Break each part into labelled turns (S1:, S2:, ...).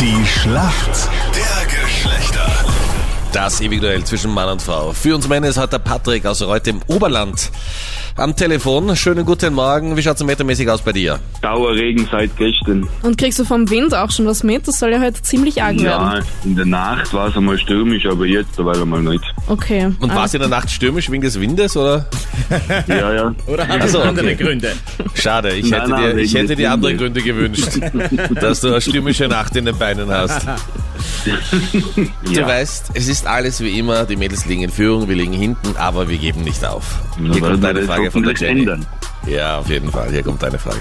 S1: Die Schlacht der Geschlechter.
S2: Das ewige Duell zwischen Mann und Frau. Für uns Männer ist heute der Patrick aus Reut im Oberland am Telefon. Schönen guten Morgen. Wie schaut's metermäßig aus bei dir?
S3: Dauerregen seit gestern.
S4: Und kriegst du vom Wind auch schon was mit? Das soll ja heute ziemlich arg werden.
S3: Ja, in der Nacht war es einmal stürmisch, aber jetzt derweil einmal nicht.
S4: Okay.
S5: Ah.
S4: Äh,
S2: Und war's
S4: alles-
S2: in der Nacht stürmisch wegen des Windes oder?
S3: Ja, ja.
S5: Oder hat es
S2: Also,
S5: andere
S2: okay.
S5: Gründe?
S2: Schade, ich
S3: Nein,
S2: hätte
S3: nein,
S2: dir, ich
S3: wegen
S2: hätte
S3: des
S2: dir andere Gründe
S3: Windes.
S2: gewünscht, dass du eine stürmische Nacht in den Beinen hast. Du
S3: ja.
S2: weißt, es ist alles wie immer. Die Mädels liegen in Führung, wir liegen hinten, aber wir geben nicht auf.
S3: Da
S2: Hier
S3: werden
S2: kommt
S3: wir
S2: eine
S3: das
S2: Frage von der
S3: hoffentlich
S2: Jenny.
S3: ändern.
S2: Ja, auf jeden Fall. Hier kommt eine Frage.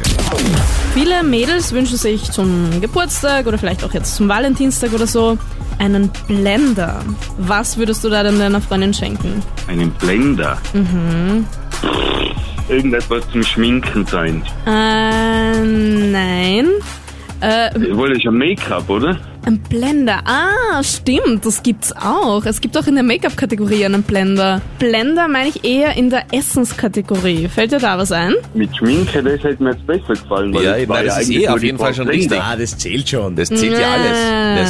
S4: Viele Mädels wünschen sich zum Geburtstag oder vielleicht auch jetzt zum Valentinstag oder so einen Blender. Was würdest du da denn deiner Freundin schenken?
S3: Einen Blender. Mhm. Irgendetwas zum Schminken sein.
S4: Äh, nein. Äh,
S3: Wollte ich ein Make-up, oder?
S4: ein Blender. Ah, stimmt, das gibt's auch. Es gibt auch in der Make-up-Kategorie einen Blender. Blender meine ich eher in der Essenskategorie. Fällt dir da was ein?
S3: Mit Schminke, das hätte mir jetzt besser gefallen. Weil
S2: Ja,
S3: es war
S2: nein, das ist
S3: eigentlich
S2: eh
S3: nur
S2: auf
S3: die
S2: jeden Fall schon
S3: Blender.
S2: richtig.
S5: Ah, das zählt schon.
S2: Das zählt
S4: Ah.
S2: ja alles.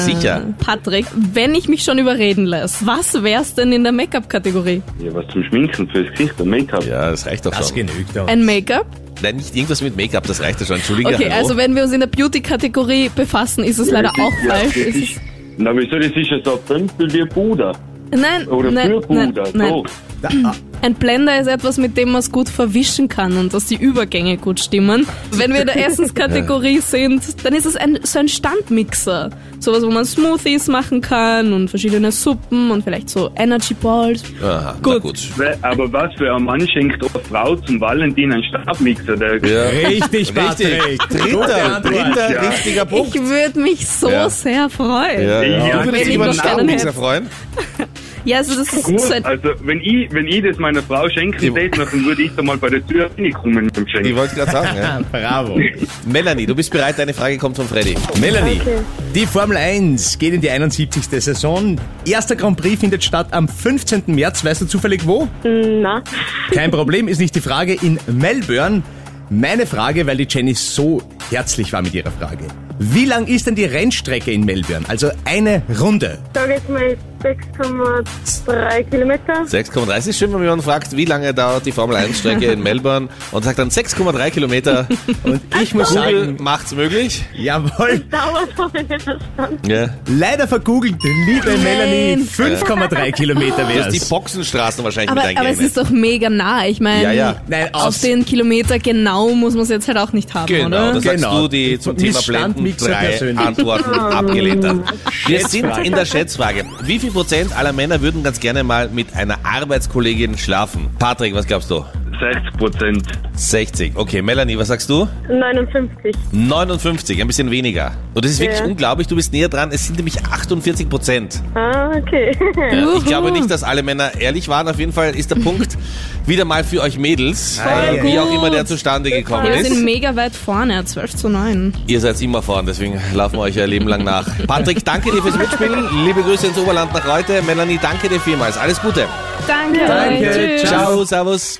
S2: Ja, sicher.
S4: Äh, Patrick, wenn ich mich schon überreden lässt, was wär's denn in der Make-up-Kategorie?
S3: Ja, was zum Schminken fürs Gesicht, ein Make-up.
S2: Ja, das reicht doch
S5: das
S2: schon.
S5: genügt doch.
S4: Ein Make-up?
S2: Nein, nicht irgendwas mit Make-up, das reicht ja schon. Entschuldige,
S4: Okay,
S2: hallo.
S4: also wenn wir uns in der Beauty-Kategorie befassen, ist es leider auch falsch. Es ist,
S3: Na, wieso, das ist ja so ein Pömpel wie Buda.
S4: nein,
S3: Oder
S4: nein,
S3: für
S4: nein,
S3: Buda.
S4: nein.
S3: So.
S5: Da, ah,
S4: Ein Blender ist etwas, mit dem man es gut verwischen kann und dass die Übergänge gut stimmen. Wenn wir in der Essenskategorie sind, dann ist es ein, so ein Standmixer. Sowas, wo man Smoothies machen kann und verschiedene Suppen und vielleicht so Energy Balls.
S2: Aha, Na
S4: Gut.
S2: gut.
S3: We- Aber was für ein Mann schenkt eine Frau zum Valentin einen Stabmixer? Der
S2: Ja.
S5: richtig, Patrick. Gute
S2: Dritter,
S5: Antwort.
S2: dritter
S3: Ja.
S2: richtiger
S4: Ich
S2: Punkt.
S4: würde mich so
S2: Ja.
S4: sehr freuen.
S2: Ja, ja.
S3: Ja,
S2: Du
S4: wenn
S2: würdest dich
S4: ich
S2: über einen
S4: noch keinen
S2: Staubmixer
S4: hätte.
S2: freuen?
S4: Ja, also das ist so
S3: Gut,
S4: ein,
S3: also wenn ich, wenn ich das meiner Frau
S2: Die-
S3: schenken täte, dann würde ich da mal bei der Tür reinkommen mit dem
S2: Ich
S3: Schenken.
S2: wollte gerade sagen, ja.
S5: Ah, Bravo.
S2: Melanie, du bist bereit, deine Frage kommt von Freddy.
S5: Melanie, die Formel 1 geht in die 71. Saison. Erster Grand Prix findet statt am 15. März. Weißt du zufällig wo?
S6: Na,
S5: Kein Problem, ist nicht die Frage. In Melbourne. Meine Frage, weil die Jenny so herzlich war mit ihrer Frage. Wie lang ist denn die Rennstrecke in Melbourne? Also eine Runde.
S6: sag jetzt mal 6,3 Kilometer.
S2: 6,3 ist schön, wenn jemand fragt, wie lange dauert die Formel 1-Strecke in Melbourne und sagt dann 6,3 Kilometer.
S5: Und ich muss
S2: Google
S5: sagen,
S2: macht's möglich.
S5: jawohl,
S6: Dauert aber nicht verstanden.
S2: Ja.
S5: leider vergoogelt, liebe Melanie, 5,3 Kilometer
S2: Du hast
S5: wäre
S2: die
S5: es.
S2: Boxenstraßen wahrscheinlich
S4: aber,
S2: mit
S4: aber es
S2: eingerechnet.
S4: ist doch mega nah. Ich meine,
S2: Ja, ja.
S5: Nein,
S4: auf
S5: aus-
S4: den Kilometer genau muss man es jetzt halt auch nicht haben,
S2: Genau,
S4: oder?
S2: das sagst
S5: Genau.
S2: du, die zum Thema
S5: Missstand
S2: Blenden
S5: Mixer
S2: drei
S5: persönlich.
S2: Antworten abgelehnt hat. Wir sind in der Schätzfrage. Wie viel Prozent aller Männer würden ganz gerne mal mit einer Arbeitskollegin schlafen? Patrick, was glaubst du?
S3: 60 Prozent.
S2: 60. Okay, Melanie, was sagst du?
S6: 59.
S2: 59, ein bisschen weniger. Und das ist wirklich
S6: Ja.
S2: unglaublich, du bist näher dran. Es sind nämlich 48 Prozent.
S6: Ah, okay.
S2: Ich glaube nicht, dass alle Männer ehrlich waren. Auf jeden Fall ist der Punkt wieder mal für euch Mädels, äh, wie
S4: gut.
S2: auch immer der zustande gekommen
S4: Ja, wir sind
S2: ist.
S4: mega weit vorne, 12 zu 9.
S2: Ihr seid immer vorn, deswegen laufen wir euch euer Leben lang nach. Patrick, danke dir fürs Mitspielen. Liebe Grüße ins Oberland nach heute. Melanie, danke dir vielmals. Alles Gute.
S4: Danke,
S5: Danke,
S4: Tschüss.
S5: ciao.
S2: Ciao, servus.